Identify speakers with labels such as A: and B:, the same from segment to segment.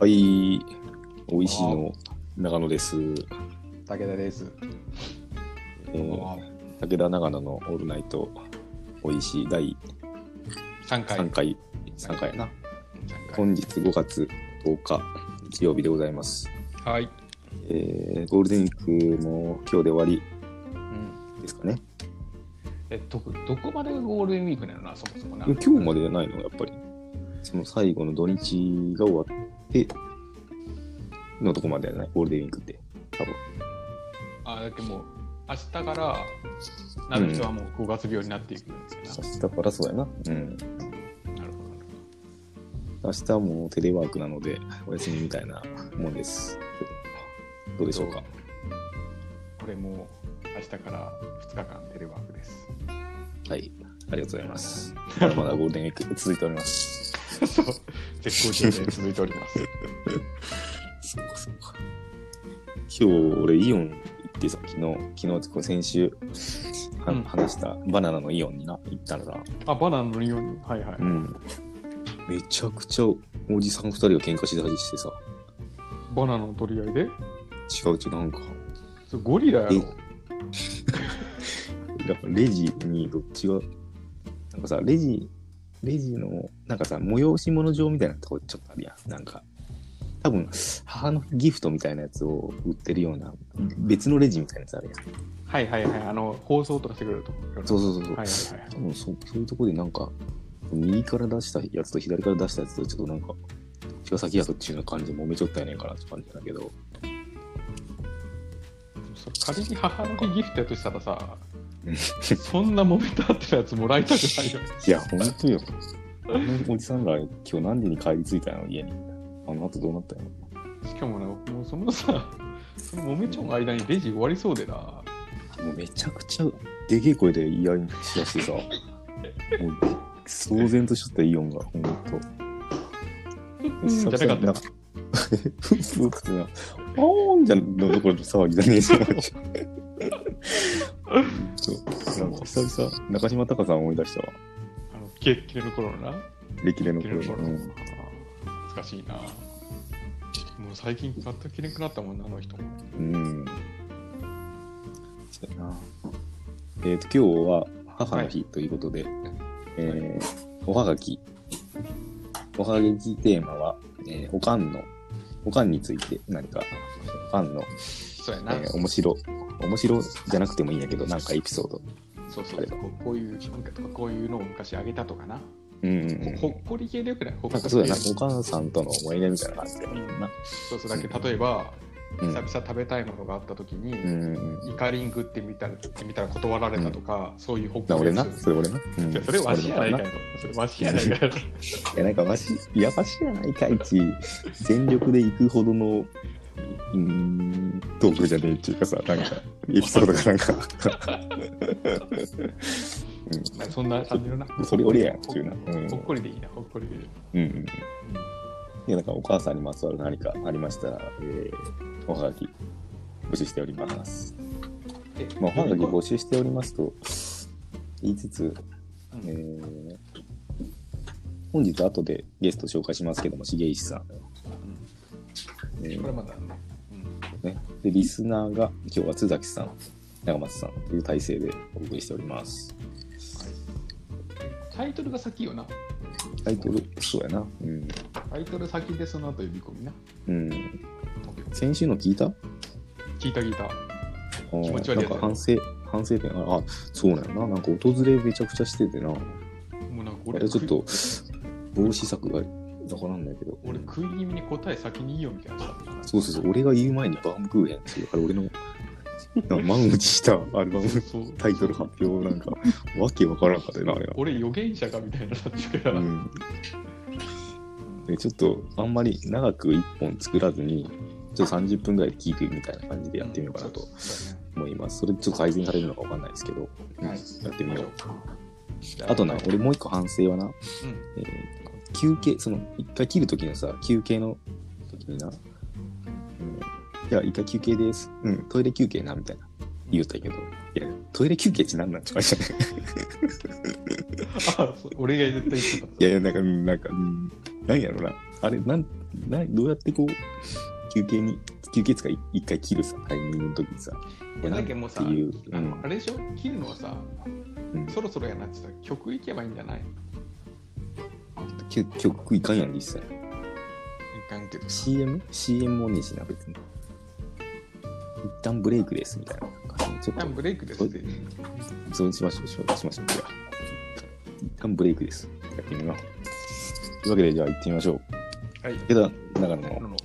A: はい、おいしいの長野です。
B: 武田です。
A: えー武田長野のオールナイトおいしい第
B: 3回。
A: 3回、3回やな。
B: 三回
A: 本日5月10日、日曜日でございます。
B: はい。
A: えーゴールデンウィークも今日で終わり
B: うん
A: ですかね。
B: えどこどこまでがゴールデンウィークなのな、そもそもな。
A: 今日までじゃないの、やっぱり。その最後の土日が終わってのとこまでじゃない、ゴールデンウィークって。多分
B: あだってもう、明日から、なる人はもう5月病になっていくんですよ
A: 明日からそうやな。うん。
B: な。なるほど。
A: 明日はもうテレワークなのでお休みみたいなもんです。どうでしょうか。
B: これもう明日から2日間テレワークです。
A: はい。ありがとうございます。まだまだゴールデンウィーク続いております。
B: そう。絶好調で続いております。
A: そうかそうか。今日俺イオン行ってさ、昨日、昨日これ先週は、
B: うん
A: 話したバナナのイオンにな行ったらさ、
B: あ、バナナのように。はいはい。
A: うん。めちゃくちゃおじさん二人が喧嘩しだしてさ、
B: バナナの取り合いで
A: 違う違うなんか、
B: それゴリラやろ。
A: やっぱレジにどっちが、なんかさ、レジ、レジの、なんかさ、催し物状みたいなとこちょっとあるやん。なんか、多分、母の日ギフトみたいなやつを売ってるような、別のレジみたいなやつあるやん。
B: はいはいはい。あの、放送とかしてくれると思うよ
A: そうそうそうそう。
B: はいはいはい。
A: 多分そ、そういうとこでなんか、右から出したやつと左から出したやつと、ちょっとなんか、どっちが先やとっていうような感じで揉めちゃったやねんかなって感じだけど、
B: それ仮に母の日ギフトやとしたらさ
A: うん、
B: そんな揉めたってやつもらいたくないよ。
A: いや、ほんとよ。あのおじさんら、今日何時に帰り着いたの家に。あの後どうなったの
B: しかもな、もうそのさ、その揉めちゃう間にレジ終わりそうでな。
A: もうめちゃくちゃでけえ声で言い合いしだしてさ、もう騒然としちゃったイオンが、ほんと。
B: うんじゃなかった
A: なんか。ふんふんってな、あーんじゃんのところで騒ぎだねえし。ほんとなんか久々、中島貴さん思い出したわ。
B: あの、キレッキレの頃のな。
A: 歴代の
B: キレの
A: 頃
B: 頃
A: の。
B: の。
A: うん
B: 懐かしいな。もう最近全く着れなくなったもんな、あの人も。
A: うん。そうやな。えっ、と、今日は母の日ということで、えーおはがき。おはがきテーマは、えーおかんの、おかんについて何か、おかんの、
B: そうや
A: え
B: な。
A: ー、面白、面白じゃなくてもいいんやけど、なんかエピソード。
B: そうそうこう。こういう、なんかとかこういうのを昔あげたとかな。
A: うんうんうん。
B: ほほっこり系でよくないほっこ
A: なん
B: り系
A: かそうだな、お母さんとの思い出みたいな感じだよな。
B: そうそうだけど例えば、
A: うん
B: 久々食べたいものがあった時に、
A: うんうんうん。
B: イカリングってみたらってみたら断られたとか、そういうほっ
A: な
B: こ
A: 俺
B: り
A: な、
B: やつ
A: それ俺な。うん
B: いやそれわしやな
A: 俺の
B: いかいとそれわしやない かいと
A: いやなんかわしいやわしやないかいち全力で行くほどのうーんトークじゃねえっていうかさなんかエピソードがなんか
B: そんな感じのな
A: それ俺やんっていうなうん
B: ほっこりでいいなほっこりでいい、
A: うんうんいやなんかお母さんにまつわる何かありましたら、えーおはがき募集しております、
B: え
A: まあ、おはがき募集しておりますと言いつつ、
B: うん
A: えー本日後でゲスト紹介しますけども重石さん、えー
B: これまだ、うん、
A: ね。で、リスナーが今日は津崎さん、長松さんという体制でお送りしております。
B: タイトルが先よな
A: タイトル、そうやな。うん。
B: タイトル先でその後呼び込みな
A: うん。先週の聞いた
B: 聞いた聞いた
A: 気
B: 持ち悪
A: なん
B: いやつ
A: か反省、反省点、あ、あそうなんやな。なんか訪れめちゃくちゃしててな。
B: もうなんか
A: あ
B: 俺
A: れちょっと、防止策がわからんないけど。
B: 俺食い気味に答え先にいいよみたいなさ
A: そうそうそう、俺が言う前にバームクーヘンっていう、あれ俺の、なんか満打ちしたアルバム
B: そう
A: タイトル発表なんか、わけわからんかったよな、あれな。
B: 俺予言者かみたいになってるから、
A: うんでちょっとあんまり長く1本作らずにちょっと30分ぐらいで聞くみたいな感じでやってみようかなと
B: そう
A: 思いますそれちょっと改善されるのかわかんないですけど、
B: だねはい
A: やってみよう
B: じゃ
A: あとな俺もう一個反省はな、えー休憩その一回切る時のさ休憩の時にな「うんいや一回休憩です、うん、トイレ休憩な」みたいな言うたけど「いやトイレ休憩って何なん?」って言われたね
B: あそう俺が絶対言ってた。
A: いやいやなんかうんなんかうんなんやろなあれ、なん、な、どうやってこう、休憩に、休憩つかい一回切るさ、タイミングの時にさ、
B: いやだけどもうさ
A: っていう、う
B: あの
A: ん
B: あれでしょ切るのはさ、
A: うん
B: そろそろやなってさ曲いけばいいんじゃない
A: き曲いかんやん、実際。
B: いかんけど
A: CM?CM もねえしな、別に。一旦ブレイクです、みたいな感じ。ちょっ
B: 多分ブレイクですって
A: と、そうしましょう、そうしましょう。じゃあ一旦ブレイクです。やってみよう。というわけで、じゃあ行ってみましょう。
B: はい
A: 池田長野の
B: の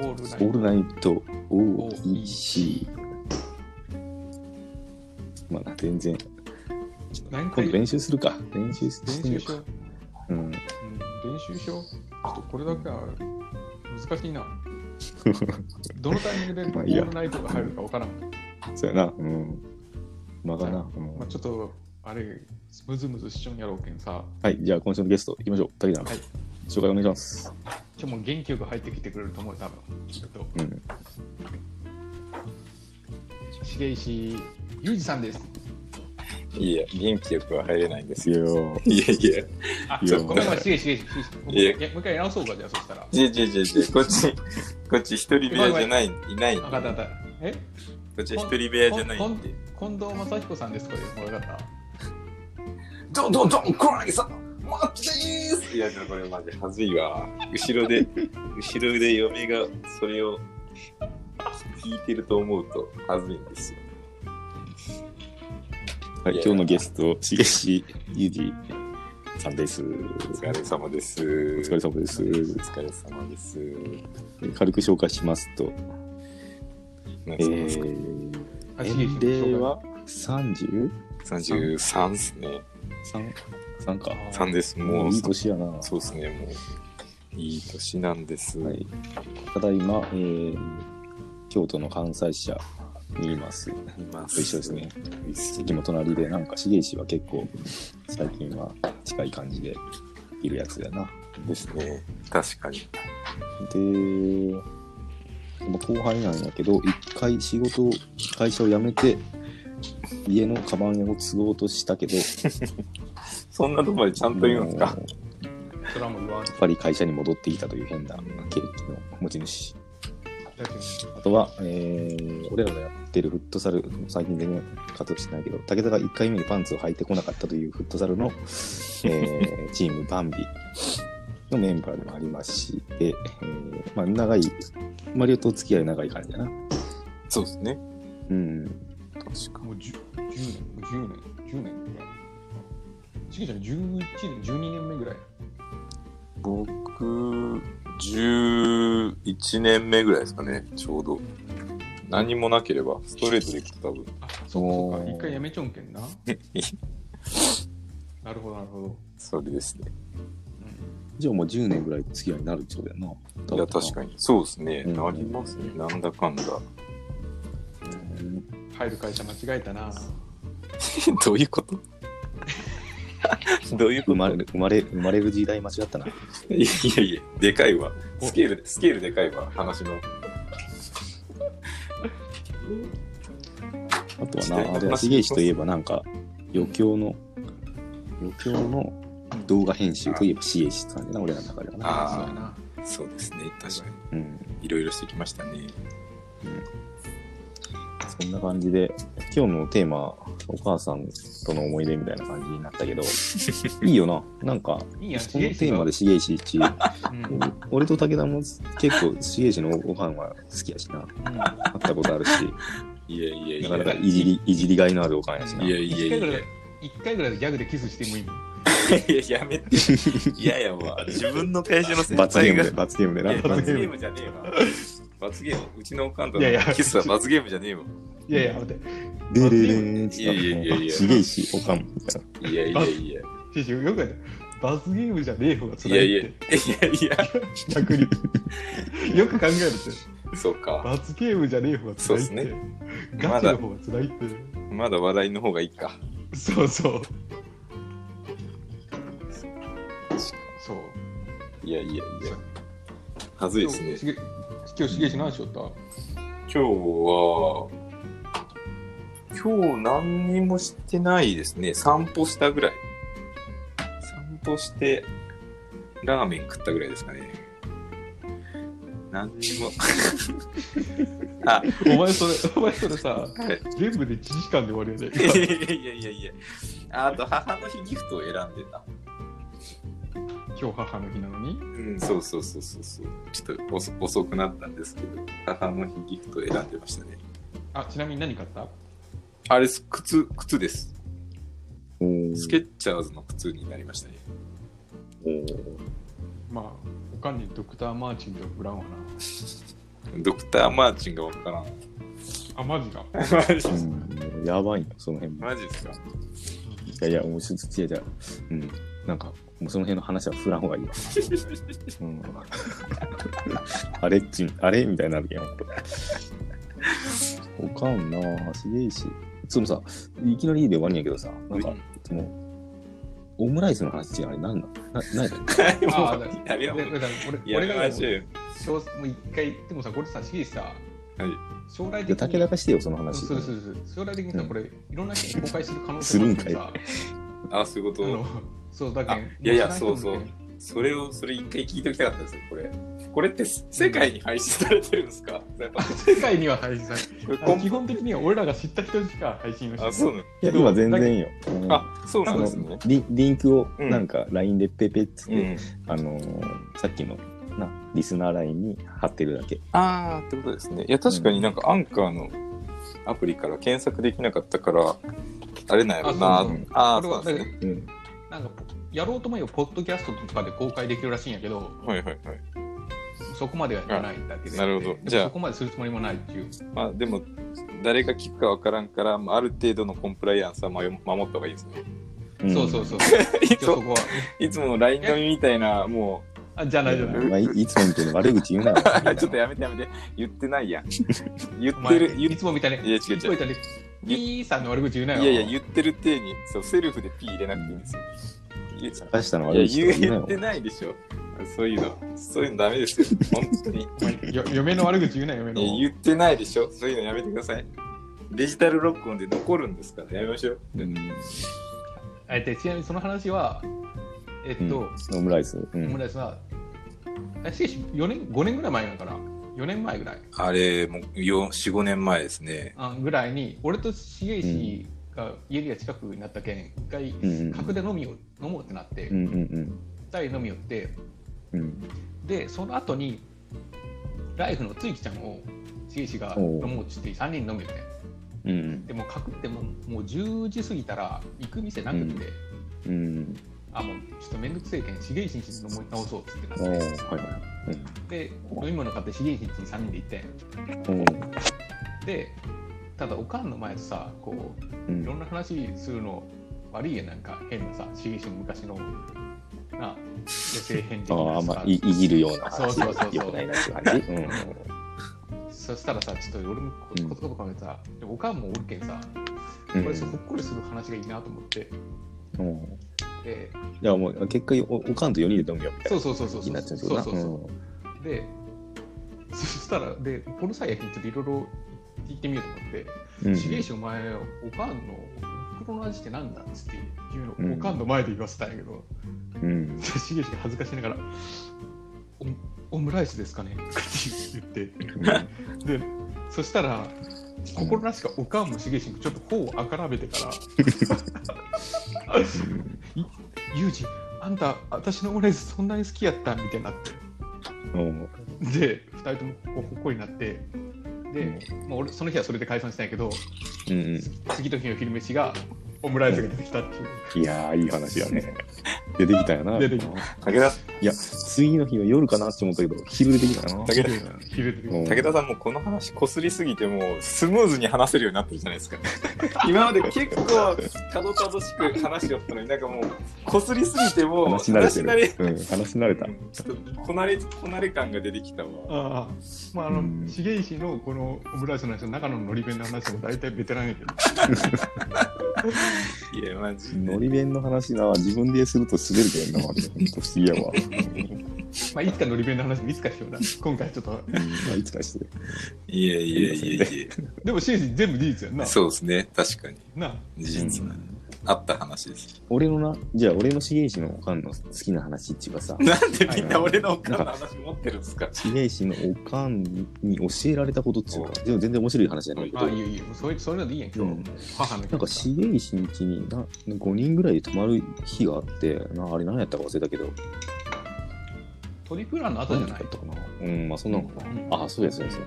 B: オールナイ
A: オー
B: ト
A: ルナイト OEC。まあ、全然。
B: 何
A: 今
B: 回
A: 度練習するか。練習し
B: 練
A: てみよ
B: 習しよう、
A: う。うん。
B: うん、練習しようちょっとこれだけは難し いなどのタイミングでオ
A: まあいいや
B: ールナイトが入るかわからん、
A: そうやな。うん。間がな。うん
B: まあ、ちょっとあれムズムズしちょんやろうけんさ
A: はい。じゃあ、今週のゲスト行きましょう。竹田、
B: はい
A: 紹介お願いします。
B: 今日も元気よく入ってきてくれると思う多分きっと
A: うん。
B: 重石裕二さんです
C: いえ、元気よくは入れないんです
A: い
C: よ。
A: やよ。
C: いえいえ、
B: あ、
A: いや
B: ごめんごめん、しげしげし。
C: いや
B: いやもう一回や直そうか、じゃあ、そしたら。
C: いえいえいえいえ、こっち、こっち一人部屋じゃない、いない。
B: 分かった、分かった。え
C: こっち一人部屋じゃないんで。
B: こん近藤正彦さんです、これ。分かった。
C: どんどんどん、黒柳さん、マッチですいや、これマジはずいわ。後ろで、後ろで嫁がそれを聞いてると思うと、はずいんですよ。
A: はい。今日のゲスト、しげしゆうじさんです。お
C: お疲れ様です。お
A: 疲れ様です
C: お。疲れ様です。
A: 軽く紹介しますと、
C: 何
A: え
C: ですか
A: ー、
B: あ重石
A: 年
B: の紹介
A: 齢は 30?
C: 33ですね。
A: 三三か。
C: 3です。
A: も
C: も
A: う
C: う
A: いい年やな。は
C: そうですね、もう、いい年なんです。
A: い。ただいま、えー、京都の関西支社にいます。
C: います。
A: 一緒ですね。
C: いいっす
A: 席も隣で、なんか重石は結構、最近は近い感じでいるやつだな。
C: ですね。確かに。
A: で、まあ後輩なんやけど、一回仕事を、会社を辞めて、家のカバン屋を継ごうとした けど、
C: そんなとこまでちゃんと言うんです
A: あ
C: か
A: の。
B: それはもう言わん。
A: やっぱり会社に戻ってきたという変な経歴の持ち主。
B: だけど
A: あとは、えー、俺らのやってるフットサル、最近全然活動してないけど、武田が1回目にパンツを履いてこなかったというフットサ ルの、えーチームバンビのメンバーでもありますし、で、えーまあ、長い、マリオと付き合い長い感じだな。
C: そうですね。
A: うん。
C: 確か
B: もう10 10年、10年、10年ぐらい。しげちゃん、11年、12年目ぐらい。
C: 僕、11年目ぐらいですかね、ちょうど。何もなければ、ストレートでいくと多分。
B: あ、そう
A: お
B: か、
A: ー
B: 一回やめちょんけんな。なるほど、なるほど。
C: それですね。
B: うん
A: じゃあもう10年ぐらい付き合いになるってことだよな。
C: いや、確か
A: に。
C: に。そうですね。
A: うん
C: なりますね。なんだかんだ。
A: うん
B: 入る会社間違えたな。
C: どういうことどういうこ
A: 生
C: と
A: まれる、生まれ、生まれる時代間違ったな。
C: いやいや、でかいわ。スケール、スケールでかいわ、話の。
A: あと
C: 時
A: は
C: 代
A: な、
C: の
A: あれは
C: 話
A: 重石といえばなんか、余興の、余興の動画編集といえば重石って感じな、俺らの中ではな。
C: あー
B: そうやな。
C: そうですね、確か
A: うん。
C: に。いろいろしてきましたね。
A: そんな感じで、今日のテーマ、お母さんとの思い出みたいな感じになったけ ど、いいよな。なんか、こ
B: いいや、
A: の
B: し
A: テ
B: げ
A: ーマで重石一、
B: うん。
A: 俺と武田も結構重石のご飯は好きやしな。
B: う
A: 会ったことあるし、
C: いやいやい
A: な
C: や。
A: かなかいじり、いじりが いのあるおかんやし
B: ん
A: な。
C: いやいやいや
B: 一回ぐらい一回ぐらいギャグでキスしてもいい
C: いややめて。いやいやわ。自分の会社の先
A: 罰ゲー
C: 輩
A: ム
C: が
A: で、。罰ゲームで
C: いや
A: な。
C: 罰ゲームじゃねえわ。罰ゲーム、うちのおかんと
B: いやいや
C: のキスは罰ゲームじゃねえわ。
B: いやいや、待って。
A: でれれーんってなっ
C: いやいやいやいや
A: て、重石おかんみたいな。
C: いやいやいや。
B: 師匠よくやった罰ゲームじゃねえ方が
C: い
B: 辛
C: や
B: いって
C: いや。いやいや。
B: 逆によく考えるって
C: そうか。
B: 罰ゲームじゃねえ方が辛いって
C: そうっすね
B: ガチの方が辛いって、
C: まだ笑いの方がいいか。
B: そうそうそう
C: いやいやいや
B: そう。
C: はずいですね。
B: ね今日しげし何しよった
C: 今日は、今日何にもしてないですね。散歩したぐらい。散歩して、ラーメン食ったぐらいですかね。何に も。あ、
B: お前 それ、お前それさ、全部で1時間で終わりや
C: いや
B: で。
C: いやいやいや。ああと、母の日ギフトを選んでた。
B: 今日母の日なのに。
C: うん、そうそうそうそうそう。ちょっと遅遅くなったんですけど、母の日ギフトを選んでましたね。
B: あ、ちなみに何買った
C: あれです、靴、靴です。
A: おー
C: スケッチャーズの靴になりましたね。
A: おー
B: まあ、おかんにドクター・マーチンとブラウンはな。
C: ドクター・マーチンがわからん。
B: あ、マジか。
C: マジ
A: うん、やばいな、その辺も。
C: マジですか
A: いやいや、もうちょっと違う違う。うん。なんか、もうその辺の話は振らん方がいいわ。うん、あれっちん、あれみたいになるけん、ほんとおかんなぁ、すげえし。そのさ、いきなりで終わりんやけどさ、なんか、いつも、オムライスの話違う、あれなんなのな、ないだっけ
B: あ
C: もう
B: だ
C: やめよう
B: だだから俺
C: や
B: 俺
C: め
B: が
C: ま
B: も
C: しょうよ。
B: うもう一回でもさこれさしげしさ、将来的
A: で
B: に
A: 竹中してよ、その話。
B: そうそうそうそう将来的にさ、
A: うん
B: これいろんな人に公開する可能
A: す
B: 性
A: る
B: も
A: ん
B: ある
A: か
B: か
A: い
B: らさ
C: あ、そういうこ
B: あ
C: と
B: の。そうだけ
C: あ
B: ん
C: いやいや
B: も知らん人
C: そう
B: もい
C: そう
B: る
C: それを、それ一回聞いておきたかったんですよ、これ。これって世界に配信されてるんですかやっぱ
B: けん世界には配信され
C: これ
B: る基本的には俺らが知った人しか配信をして
C: あ、そうなの、
A: いや、今全然よ。うん
C: あ、そうなんです
A: その
C: ね。
A: リンリンクを
C: うん
A: なんか LINE でペペっつって、
C: うん。
A: あのーさっきのなリスナー LINE に貼ってるだけ。
C: あーってことですね。いや、確かになんかアンカーのアプリから検索できなかったから、あれなんやろな
B: あそうそう。
C: あー
B: これは
C: そうな
B: だ
C: んですね。
A: うん
B: からなんかやろうと思えばポッドキャストとかで公開できるらしいんやけど
C: はいはいはい。
B: そこまではやらないだけで
C: なるほど。
B: で
C: じ
B: も
C: ゃ
B: そこまでするつもりもないっていう
C: あ、まあでも、誰が聞くかわからんから、まあ、ある程度のコンプライアンスはまよ守った方がいいですね。
A: ん
B: そうそうそう
C: い
B: 一
C: つ
B: 応そこ
C: も
B: は
C: のいつもの LINE 飲みみたいな、も
B: あじゃないじゃない
A: お前いいつもみたいに悪口言う なよ。
C: う、ちょっとやめてやめて、言ってない やん。言
B: お
C: って
B: 前
C: る、言っ
B: いつもみたいに
C: いや違う違う
B: いつもみたいに
C: 言
B: ピーさんの悪口言うなよ
C: いやいや、言ってる体に、そう、セルフで P 入れなくていいんですよ。いや
A: 出したの
C: い
A: 悪
C: や
A: 口とか言う
C: 言っ
A: な
C: て
A: よ。
C: ないでしょ。そういうの、そういうのダメですよ。本当 に。い
B: お前よ嫁の悪口言うな嫁の
C: や、言ってないでしょ。そういうのやめてください。デジタル録音で残るんですから、やめましょう。
A: うん
B: えっとちなみにその話はえっと、
A: オムライス。う
B: オム
A: ん、
B: ライスはえしかし4年5年ぐらい前なのかな4年前ぐらい
C: あれ、もう、4、5年前ですね。
B: あぐらいに俺と重石が家が近くになったけん一回
A: うんうん
B: 角で飲みを飲もうってなって
A: うんうん
B: 二人飲み寄って
A: うんうん。
B: でその後にライフのつゆきちゃんを重石が飲もうって言って3人飲み寄って
A: うん
B: でもかくってももう10時過ぎたら行く店なくって、
A: うん。
B: あもうちょっと面倒くせえけん重石んちに飲もう直そうっつってな
A: おー
B: っ
A: はいはい。
B: てで飲み物買って重石んちに3人で行って
A: おー
B: でただおかんの前でさこう
A: う
B: いろ
A: ん
B: んな話するの悪いやんなんか変なさ重石の昔のなあ野生変的
A: あー
B: な
A: あん
B: さ
A: まいいじるような話
B: そうそうそうそう
A: よくないなって感じ。うん
B: そしたらさちょっと俺もこ
A: うん
B: 言葉考えてさ、でもおかんもおるけんさ こ
A: うん
B: れそうほっこりする話がいいなと思って
A: うん
B: で
A: いやもう結果おおかんと4人で飲むよみたいな
B: そうそうそうそう
A: 気にな
B: そう
A: っち
B: そ
A: ゃ
B: う
A: うけどな。
B: そうそうでそしたらでこの際やけにちょっといろいろ聞いてみようと思って
A: うん
B: 重石お前おかんのお袋の味ってなんだっつって言うの、
A: うん
B: おかんの前で言わせたんやけど
A: うん
B: 重石が恥ずかしながらオ「オムライスですかね?」って言ってでそしたら心なしかおかんも重石もちょっと頬をあからめ てから「いユージあんた私のオムライスそんなに好きやった?」みたいになって。
A: うん
B: で2人ともこうほっこりになってで、まあ、俺その日はそれで解散したんやけど
A: うんうん
B: 次の日の昼飯がオムライスが出てきたっていう
A: いやーいい話だね。出てきたよな。
B: 出てきた
C: 武田、
A: いや、次の日の夜かなって思ったけど、昼出てきたな。
C: 武
B: 昼で
A: うん
C: 田、武田さんもこの話こすりすぎて、もうスムーズに話せるようになってるじゃない ですか。今まで結構、たどたどしく話しよったのに、なんかもう、こすりすぎてもう、
A: 話慣れて
C: 話慣れ
A: る。うん、話慣れた。
C: うんちょっとこなれこなれ感が出てきたわ。
B: ああまああ
A: う
B: の
A: ん
B: 重石のこのオムライスの話中野ののり弁の話も大体ベテランやけど
C: いや、マジで
A: の。り弁の話な、自分ですると滑るけどな、ほんと不思議やわ。
B: まあいつかのり弁の話もいつかしような今回ちょっと
A: うんまあ、いつかして。
C: いやいやいやいやい
B: でも重石全部事実やんな
C: や。そうですね、確かに。
B: な
C: 事実なんで。あった話です。
A: 俺のな、じゃあ俺の重石のおかんの好きな話っていうかさ、
C: なんでみんな俺のおかんの話持ってるんですか
A: 重石のおかんに教えられたことっていうか、でも全然面白い話じゃないけ
B: あ
A: ど
B: あ、い、いよいいよ。そういうそういうのでいいやん、
A: う
B: 今日。
A: ん、
B: 母の日
A: なんか重石ん家にな5人ぐらいで泊まる日があって、なあれ何やったか忘れたけど、
B: トリプランの後じ
A: 何
B: ゃ
A: 時だ
B: な
A: っ
B: い
A: たかなうん、まあそんなのかな。ああ、そうです、そうです。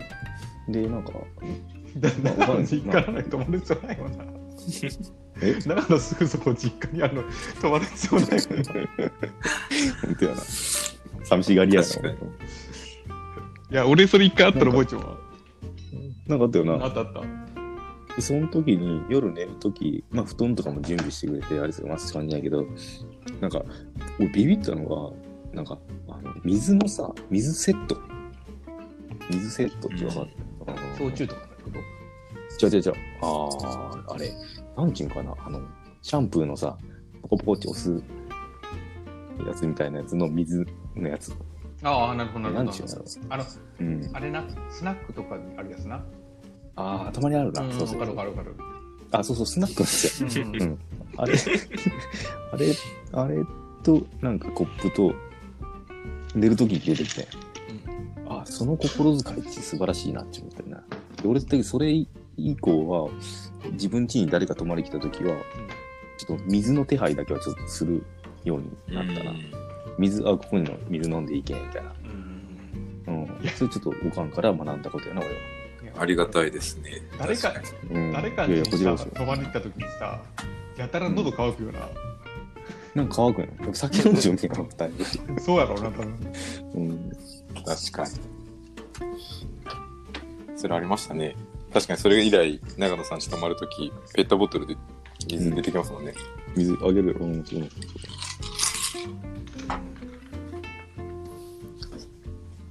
A: で、なんか、
B: だだ
A: まあ
B: 長野実家なのに泊まる必要ないよな。
A: え
B: 長野すぐそこ実家にあるの泊まる必要ないよな。い
A: 本当やな。寂しがり屋や
C: 確
A: な
C: か。
B: や、俺それ一回あったら覚えちゃうわ。
A: なんかあったよな。
B: あったあった。
A: でその時に夜寝る時、まあ、布団とかも準備してくれてあれすかます感じやけどなんか俺ビビったのがなんかあの水のさ水セット水セットって分かる、あの
B: 焼酎とかのこと。
A: 違う違う違うあああれなんていうんかなあのシャンプーのさポコポコって押すやつみたいなやつの水のやつ
B: ああ、なるほど、な
A: 何
B: る
A: で
B: ほ
A: しょう
B: ど。
A: それ
B: あの、
A: うん、
B: あれな、スナックとかにあるやつな。
A: ああたまにある
B: う
A: な、
B: ん、
A: そう
B: わ
A: そ
B: か
A: うそ
B: るわ
A: う
B: かるわかる。
A: あそうそうスナックなんですよ
B: うん
A: うんあれ、 あれ、あれと、なんかコップと、寝るときに出てきて、あ、その心遣いって素晴らしいなって思ったよな。で俺ってそれ以降は、自分家に誰か泊まり来たときは、ちょっと水の手配だけはちょっとするようになったな。水、あ、ここにの水飲んでいけ、みたいな。
B: うん
A: うん。それちょっとおかんから学んだことやな、俺は。
C: ありが
B: い
C: たいですね。
B: 誰か
C: 確に
A: うん、
B: や。誰か
A: いやい
B: に
A: や、こちらこ
B: さ
A: そ。
B: 泊まりに行った時にさ、やたら喉乾くよな。
A: なんか乾くんやな。酒飲んじゃうんけど、だいぶ。
B: そうやろうな、多分。
A: うん。
C: 確かに。それありましたね。確かにそれ以来、長野さんち泊まるとき、ペットボトルで水出てきますもんね。
A: 水あげるよ。うん、そう。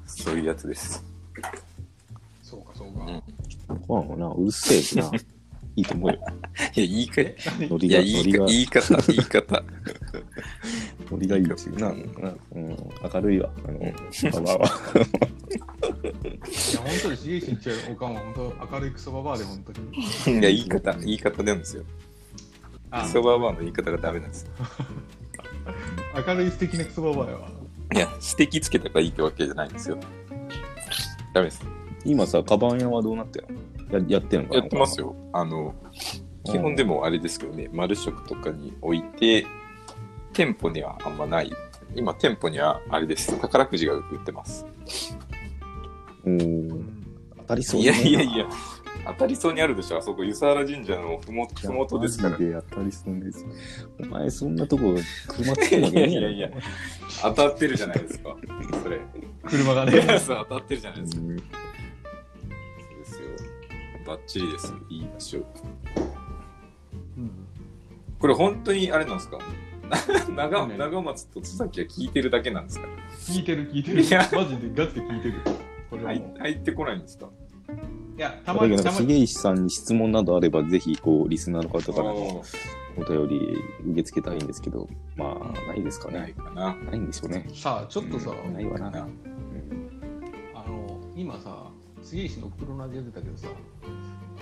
C: そういうやつです。
B: そうか、そうか。
A: ご飯もな、うるせえしな。いいと 思うよ。
C: いや、言い方、
A: ノリ
C: い
A: が、
C: や、
A: ノ
C: 言い
A: リが
C: 方、、言い方、言い方。
A: ノリがいいしな。
C: う
A: うんん、明るいわ。あの、わわわ。
B: いや、本当に重心ちゃうおかんは本当明るいクソババアで、本当に。
C: いや、言い方、言い方なんですよ。
B: あ
C: そばはの言い方がダメなんです。
B: 明るい素敵なクソババアやわ。
C: いや、指摘つけたからいいってわけじゃないんですよ。ダメです。
A: 今さ、カバン屋はどうなったよややってんのかな
C: やってます
A: よ。
C: よ。あの、基本でもあれですけどね、丸食とかに置いて、店舗にはあんまない。今、店舗にはあれです。宝くじが売ってます。
A: おー当たりそう
C: い
A: だ
C: や
A: ない
C: やいや、当たりそうにあるでしょ。あそこ、湯沢原神社のふもふもとですから
A: マ。ジで当たりそうです。お前、そんなとこ、車突っ込
C: い
A: む
C: や
A: わ
C: い
A: けね
C: や
A: え
C: い
A: や
C: や
A: ろ
C: いや、当たってるじゃないですか。そ れ。
B: 車が
C: いや
B: ね。
C: そう当たってるじゃないですか。
A: うん
C: そうですよ。バッチリですよ。いい場所。
B: うん
C: これ本当にあれなんですか な長
B: ね
C: 長松と津崎は聞いてるだけなんですか
B: 聞いてる、聞いてる。
C: いや
B: マジでガチで聞いてる。これは
C: 入
B: もう。
C: 入ってこないんですか
B: いや、た
A: だ
B: ま
A: けど
B: に、
A: なん
B: た
A: か、
B: ま
A: 重
B: に。
A: 石さんに質問などあれば、ぜひ、こう、リスナーの方からの
C: おー
A: お便り受け付けたいんですけど、まあ、ないですか
C: ない
A: ね。
C: かな。
A: ないんでしょうね。
B: さあ、ちょっとさ、
C: う
A: ないわな。
C: な
B: あの、今さ、杉石のおふくろの味が出たけどさ、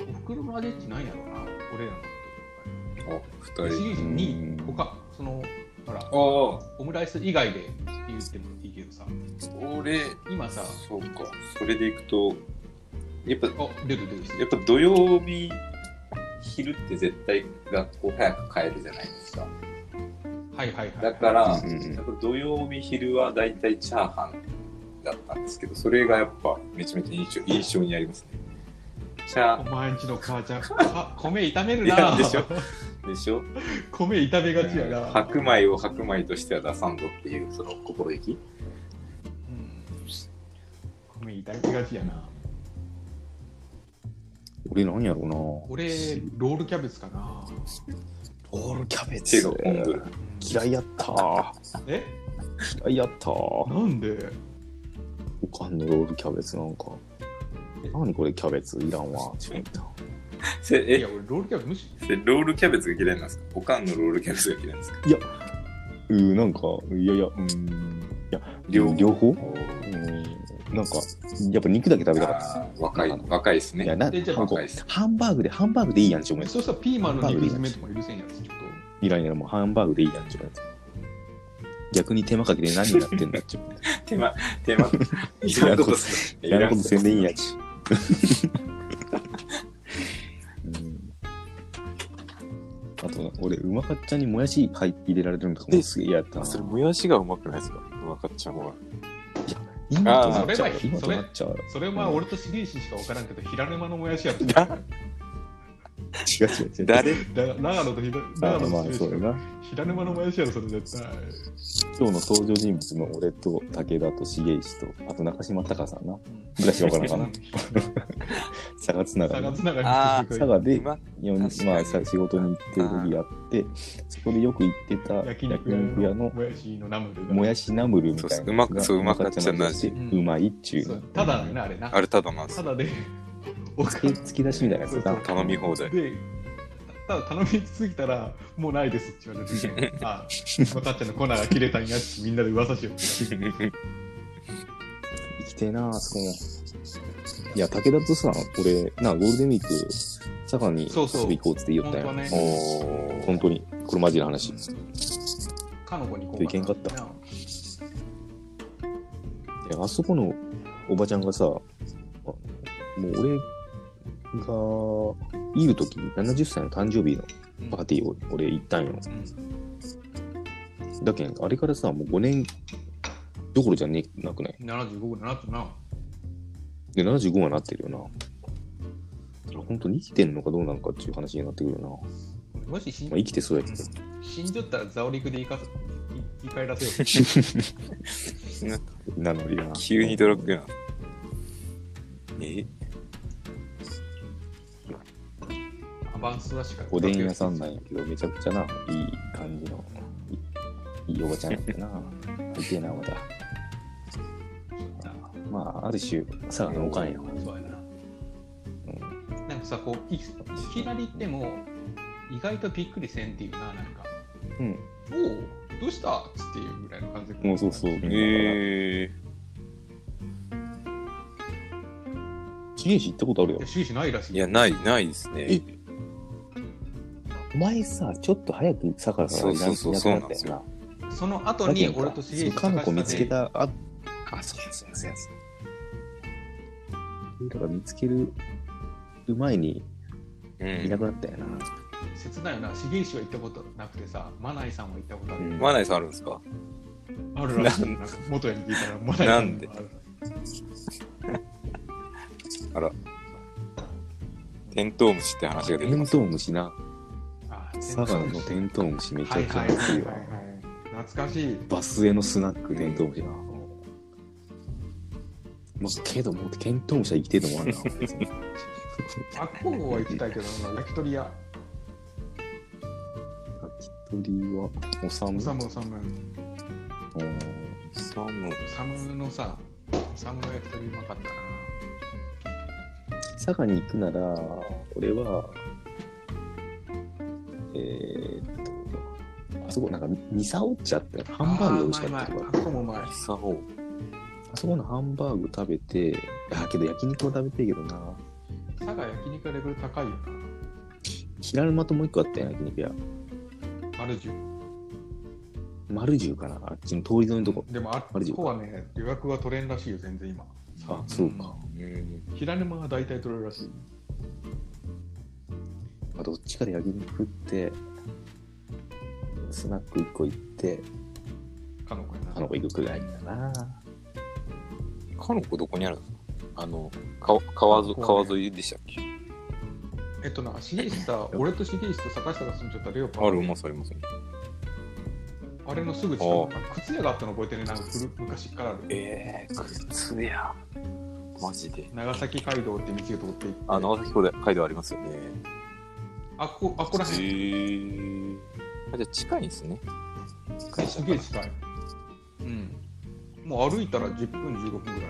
B: おふくろの味ってなんやろうな、俺らの
C: お、
B: こと。
C: 二人。
B: 杉石に
A: う、ん
B: 他、その、ほら、
C: あ
B: オムライス以外でって言ってもいいけどさ、
C: あ、俺、
B: 今さ、
C: そうか。それでいくと、やっぱ、
B: あ、出る出る。
C: やっぱ土曜日、昼って絶対学校早く帰るじゃないですか。
B: はいはいはい。
C: だから、
A: うんうんうん
C: やっぱ土曜日昼はだいたいチャーハンだったんですけど、それがやっぱめちゃめちゃ印象印象にありますね。チャ
B: お
C: ーハ
B: 前んちの母ちゃん、あ米炒める
C: い
B: な。
C: やでしょンでしょ
B: 米炒めがちやな。
C: 白米を白米としては出さんぞっていうその心意気
B: うん米炒めがちやな。
A: 俺なんやろうな
B: 俺、ロールキャベツかな。
A: オールキャベ
C: 手が込んどる
A: 嫌いやった
B: え
A: 嫌いやったお
B: なんで
A: かんのロールキャベツなんか何これキャベツいらんわって思った
C: せ
B: い
C: え
B: や、俺、ロールキャベツ無視。
C: せロールキャベツが嫌いなんですかおかんのロールキャベツが嫌いなんですか
A: うーなんかいやいやうーんいや
C: 両方
A: 両方うーんなんかやっぱ肉だけ食べたかった
C: あー若い若いです
A: いや
C: ね
A: な
B: えじゃあ
A: なんか
C: 若いっす
A: ハンバーグでハンバーグでいいやんち思いま
B: そうしたらピーマンの肉詰めとか許せんやつ、ちょっと。
A: 以来ならもうハンバーグでいいやんって言われて。逆に手間かけて何になってんだって言われて。
C: 手間、手間。いらんことする。
A: やることせんでいいんやち。うんあと、俺、うまかっちゃんにもやし入れられるのとかもすげえ嫌やったな。
C: それ、もやしがうまくないですかうまかっちゃんは。
A: 今となっちゃう
B: あー。それは
A: 今となっちゃう。
B: それはまあ俺と重石しか分からんけど、平沼のもやしやった。
C: だ
A: 違う違う違う。
C: 誰
B: だ長野と平
A: あ
B: 長
A: ーま
B: 野
A: あ
B: と
A: そうだ
B: 重石
A: な。
B: 平沼のもやしやろ、それ絶対。
A: 今日の登場人物の俺と武田と重石と、あと中島隆さんな。ぐらいしか分からん かな。佐賀つなが
B: 差
A: り
B: が。つなが
C: あ
B: り
C: ー
A: 佐賀で
C: う、ま
A: よん
C: 確かに
A: まあ、さ仕事に行ってる時あって、そこでよく行ってた
B: 焼
A: 焼
B: 肉
A: 肉屋
B: 屋の
A: の
B: もやしのナムルが
A: もやしナムルみたいな
C: そうそうう
A: の
C: ま
A: が。
C: くそううまかった
A: なして
B: うん
A: うまいっちゅう
B: そ
A: の
B: う。ただね、あれな。
C: あれただなんです
B: た
C: よ
B: だで、お
A: つけ
B: 金
A: 突き出しみたいなやつ
B: そう
A: な
B: そう。
C: 頼み放題。
B: で、ただ頼みすぎたら、もうないですって言われて、ああ、またっちゃんの粉が切れたんやってみんなで噂しよう。
A: 生きてえなあそこも。いや、武田とさ、俺、なあ、ゴールデンウィーク、佐賀に
B: そうそう
A: 遊び行こうっつって言ったよ。
B: 本当はね
A: おー本当に。これマジな話。
B: かのこに行こ
A: いけんかったであそこのおばちゃんがさ、あもう俺がいる時に70歳の誕生日のパーティーを俺行ったんよ。だけん、あれからさ、もう5年どころじゃねなくない
B: 75だなってな。
A: で、75はなってるよな。本当に生きてんのかどうなのかっていう話になってくるよな。ま
B: もし死ん,、
A: あ、生きてそうやけど。
B: 死んじゃったらザオリクで生かす生き返らせよ
A: なのにな。
C: 急にドラッグな。え
B: う。アバンスだしか。
A: おでん屋さんなんやけど、めちゃくちゃな、いい感じの、いいいおばちゃんやったな。いてえな、また。まあ、ある種、佐賀のおかんやわ。
B: そうやな。なんかさ、こういいきなり行っても意外とびっくりせんっていうな、なんか。
A: うん。
B: おお、どうしたっつっていうぐらいの感じ
A: もうそうそう。
B: ん
C: え
A: 重石行ったことあるよ
B: いや、。終始ないらし
C: ー
B: い。
C: いや、ない、ないですね。
A: お前さ、ちょっと早く佐賀からいらん
C: そうそうそう
A: いなくなっ
C: そうなん
A: た
C: です
A: よな
C: よ。
B: その後に俺
A: 重
B: と重石
A: 石観光見つけた、あ、
C: あ、そうですね。
A: だから見つける前に
C: う。
A: いなんくなったよな。
B: 切ないよな、重石は行ったことなくてさ、マナイさんは行ったことある。
C: マナイさんあるんですか
B: あるらしい。なんか元やに聞いたら、マナイさんはある
C: あら。テントウムシって話が出
A: テ
C: てま
A: ン
C: す。
A: トウムシな。
B: あ
A: 佐賀のテントウムシめち
B: は
A: ゃ
B: い
A: くちゃ
B: はい
A: 安いよ
B: は。いはい懐かしい。
A: バスへのスナックテントウムシな。まあ、けどもうテントウムシは生きてると思わん な。
B: あっこは行きたいけどな、焼き鳥屋。
A: 一人は、おさむ。
B: サムサム。
A: うん
C: そうもう
B: サムのさ、サムの焼き鳥うまかった
A: 佐賀に行くなら、俺は、えーっと、あそこなんか、ミサオッチャってハ
B: な。
A: ンバーグが美味しかった
B: あ
A: と
B: ーうまいうま
A: か
B: いあっこもうまい。
C: サホ
A: あそこのハンバーグ食べて、あ、けど焼肉も食べてえけどな。
B: 佐賀焼肉はレベル高いよ
A: 平沼ともう一個あったよ、焼肉屋。
B: な。あるじゅ。
A: 丸十かな、あっちの通り沿いのとこ。
B: でもあっ
A: あるじゅ
B: こはね、予約は取れんらしいよ、全然今。
A: あ、そうか。
C: うん。
B: 平沼は大体取れるらしい。
A: まあ、どっちかで焼肉食って、スナック一個行って、
B: かのこやな。
A: あの子行くくらいだな。
C: カノコどこにあるんですかあの、か川沿い川沿いでしたっけ
B: えっとな、重石さ、俺と重石と坂下が住んじゃったレオパ
C: ある、うまそうありますね。
B: あれのすぐ近くか靴屋があったの覚えてね、なんか古昔からある。
C: ええー、靴や。マジで。
B: 長崎街道って道を通って行って。
C: あ、長崎街道ありますよね。
B: あっこ、あっこらへん。
C: ー。あ、じゃあ近いんですね。近いじゃ
B: す
C: ん
B: げえ近い。うん。もう歩いたら10分、15分ぐらい。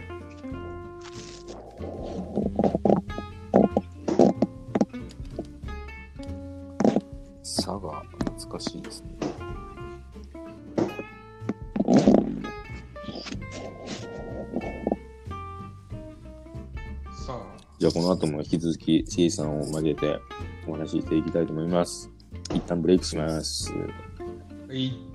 C: 佐賀、懐かしいですね。
B: さあ、
A: じゃあこの後も引き続き、C さんを交えてお話ししていきたいと思います。一旦ブレイクします。
B: はい